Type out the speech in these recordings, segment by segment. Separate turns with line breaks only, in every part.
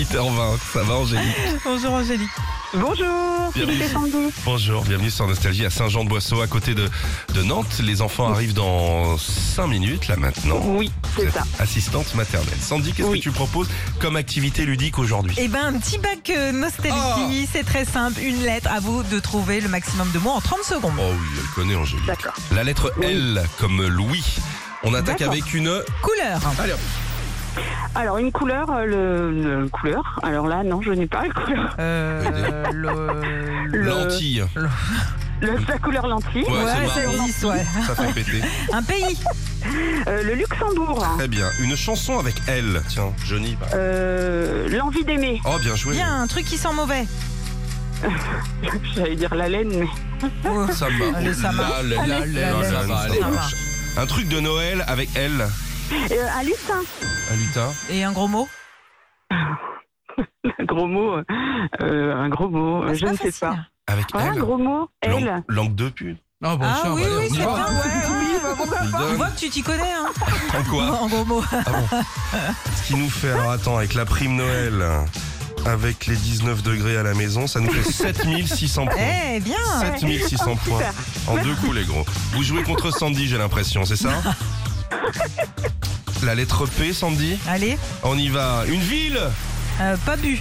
8h20. Ça va, Angélique
Bonjour Angélique.
Bonjour,
Bienvenue.
Philippe et Sandy.
Bonjour, bienvenue sur Nostalgie à Saint-Jean-de-Boisseau, à côté de, de Nantes. Les enfants arrivent dans 5 minutes, là maintenant.
Oui,
Vous
c'est
êtes
ça.
Assistante maternelle. Sandy, qu'est-ce
Oui.
que tu proposes comme activité ludique aujourd'hui
Eh ben un petit bac euh,
Oh.
nostalgie, c'est très simple, une lettre à vous de trouver le maximum de mots en 30 secondes.
Oh oui, elle connaît Angélique.
D'accord.
La lettre
Oui.
L comme Louis. On attaque
D'accord.
avec une.
Couleur,
Allez, hop.
Alors, une couleur, euh, le, le- couleur. Alors là, non, je n'ai pas la couleur.
euh, le- le-
lentille.
Le- la couleur lentille.
Ouais,
Ouais,
c'est
ça
marrant.
existe, ouais.
Ça fait péter.
Un pays,
Euh, le Luxembourg.
Très bien. Une chanson avec L. Tiens, Johnny. bah.
Euh, L'envie d'aimer.
Oh, bien joué.
bien, un truc qui sent mauvais.
J'allais dire la laine, mais.
Oh,
Samba.
Allez,
Oh
ça
là
marche.
là là
Allez,
là
allez,
là
ça
là
va,
là
ça
là. Un truc de Noël avec L.
Euh, un lutin.
Un lutin.
Et un gros mot
Un gros mot. euh, euh, un gros mot. euh,
Ah, c'est
je ne sais
facile.
pas.
Avec
Ouais,
L.
un Ah, gros mot.
Langue-
Elle.
Langue de pute.
Ah, bon,
Ah
tiens,
oui,
bah, allez,
oui,
on y
c'est
va.
bien.
oui, bah, pourquoi
Dis
On
donc.
voit que tu t'y connais, hein,
En quoi
en gros mot.
Ah bon. Ce qui nous fait, alors attends, avec la prime Noël, avec les 19 degrés à la maison, ça nous fait 7600
Eh,
points.
bien
7600 points.
super.
En deux coups, les gros. Vous jouez contre Sandy, j'ai l'impression, c'est ça La lettre P, Sandy
Allez,
On y va. Une ville
euh, pas bu.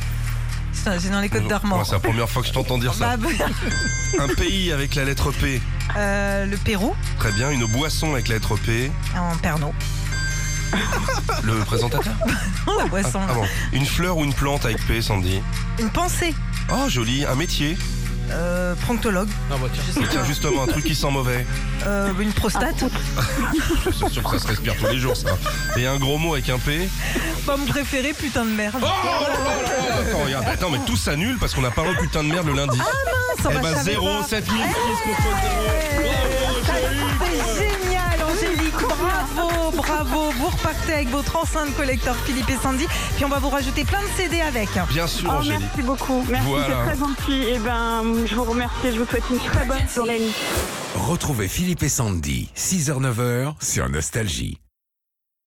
C'est c'est dans les côtes d'Armor.
Ouais, C'est la première fois que je t'entends dire ça.
Bah, bah,
Un pays avec la lettre P.
euh, le Pérou,
Très bien. Une boisson avec la lettre P.
en Pernod.
Le présentateur
La boisson.
Ah bon. Une fleur ou une plante avec P, Sandy
Une pensée,
Oh, joli. Un métier
euh, pronctologue,
Ah, bah, tiens.
Tiens, justement, un truc qui sent mauvais.
euh, une prostate.
Je suis sûr que ça se respire tous les jours, ça. Et un gros mot avec un P.
Pas mon préféré, putain de merde.
Oh là là là là, Attends, regarde. Attends, mais tout s'annule parce qu'on n'a pas un putain de merde le lundi.
Ça,
eh
bah, je
ben,
savais
0,
pas. Ah,
7000, Bravo, Angélique.
C'est génial, Angélique. Bravo, bravo. Vous repartez avec votre enceinte collecteur Philippe et Sandy. Puis on va vous rajouter plein de CD avec.
Bien sûr,
ah,
Oh,
Angélique.
merci beaucoup. Merci,
Voilà.
c'est très gentil. Et ben, je vous remercie. Je vous souhaite une très bonne journée.
Retrouvez Philippe et Sandy, 6h-9h sur Nostalgie.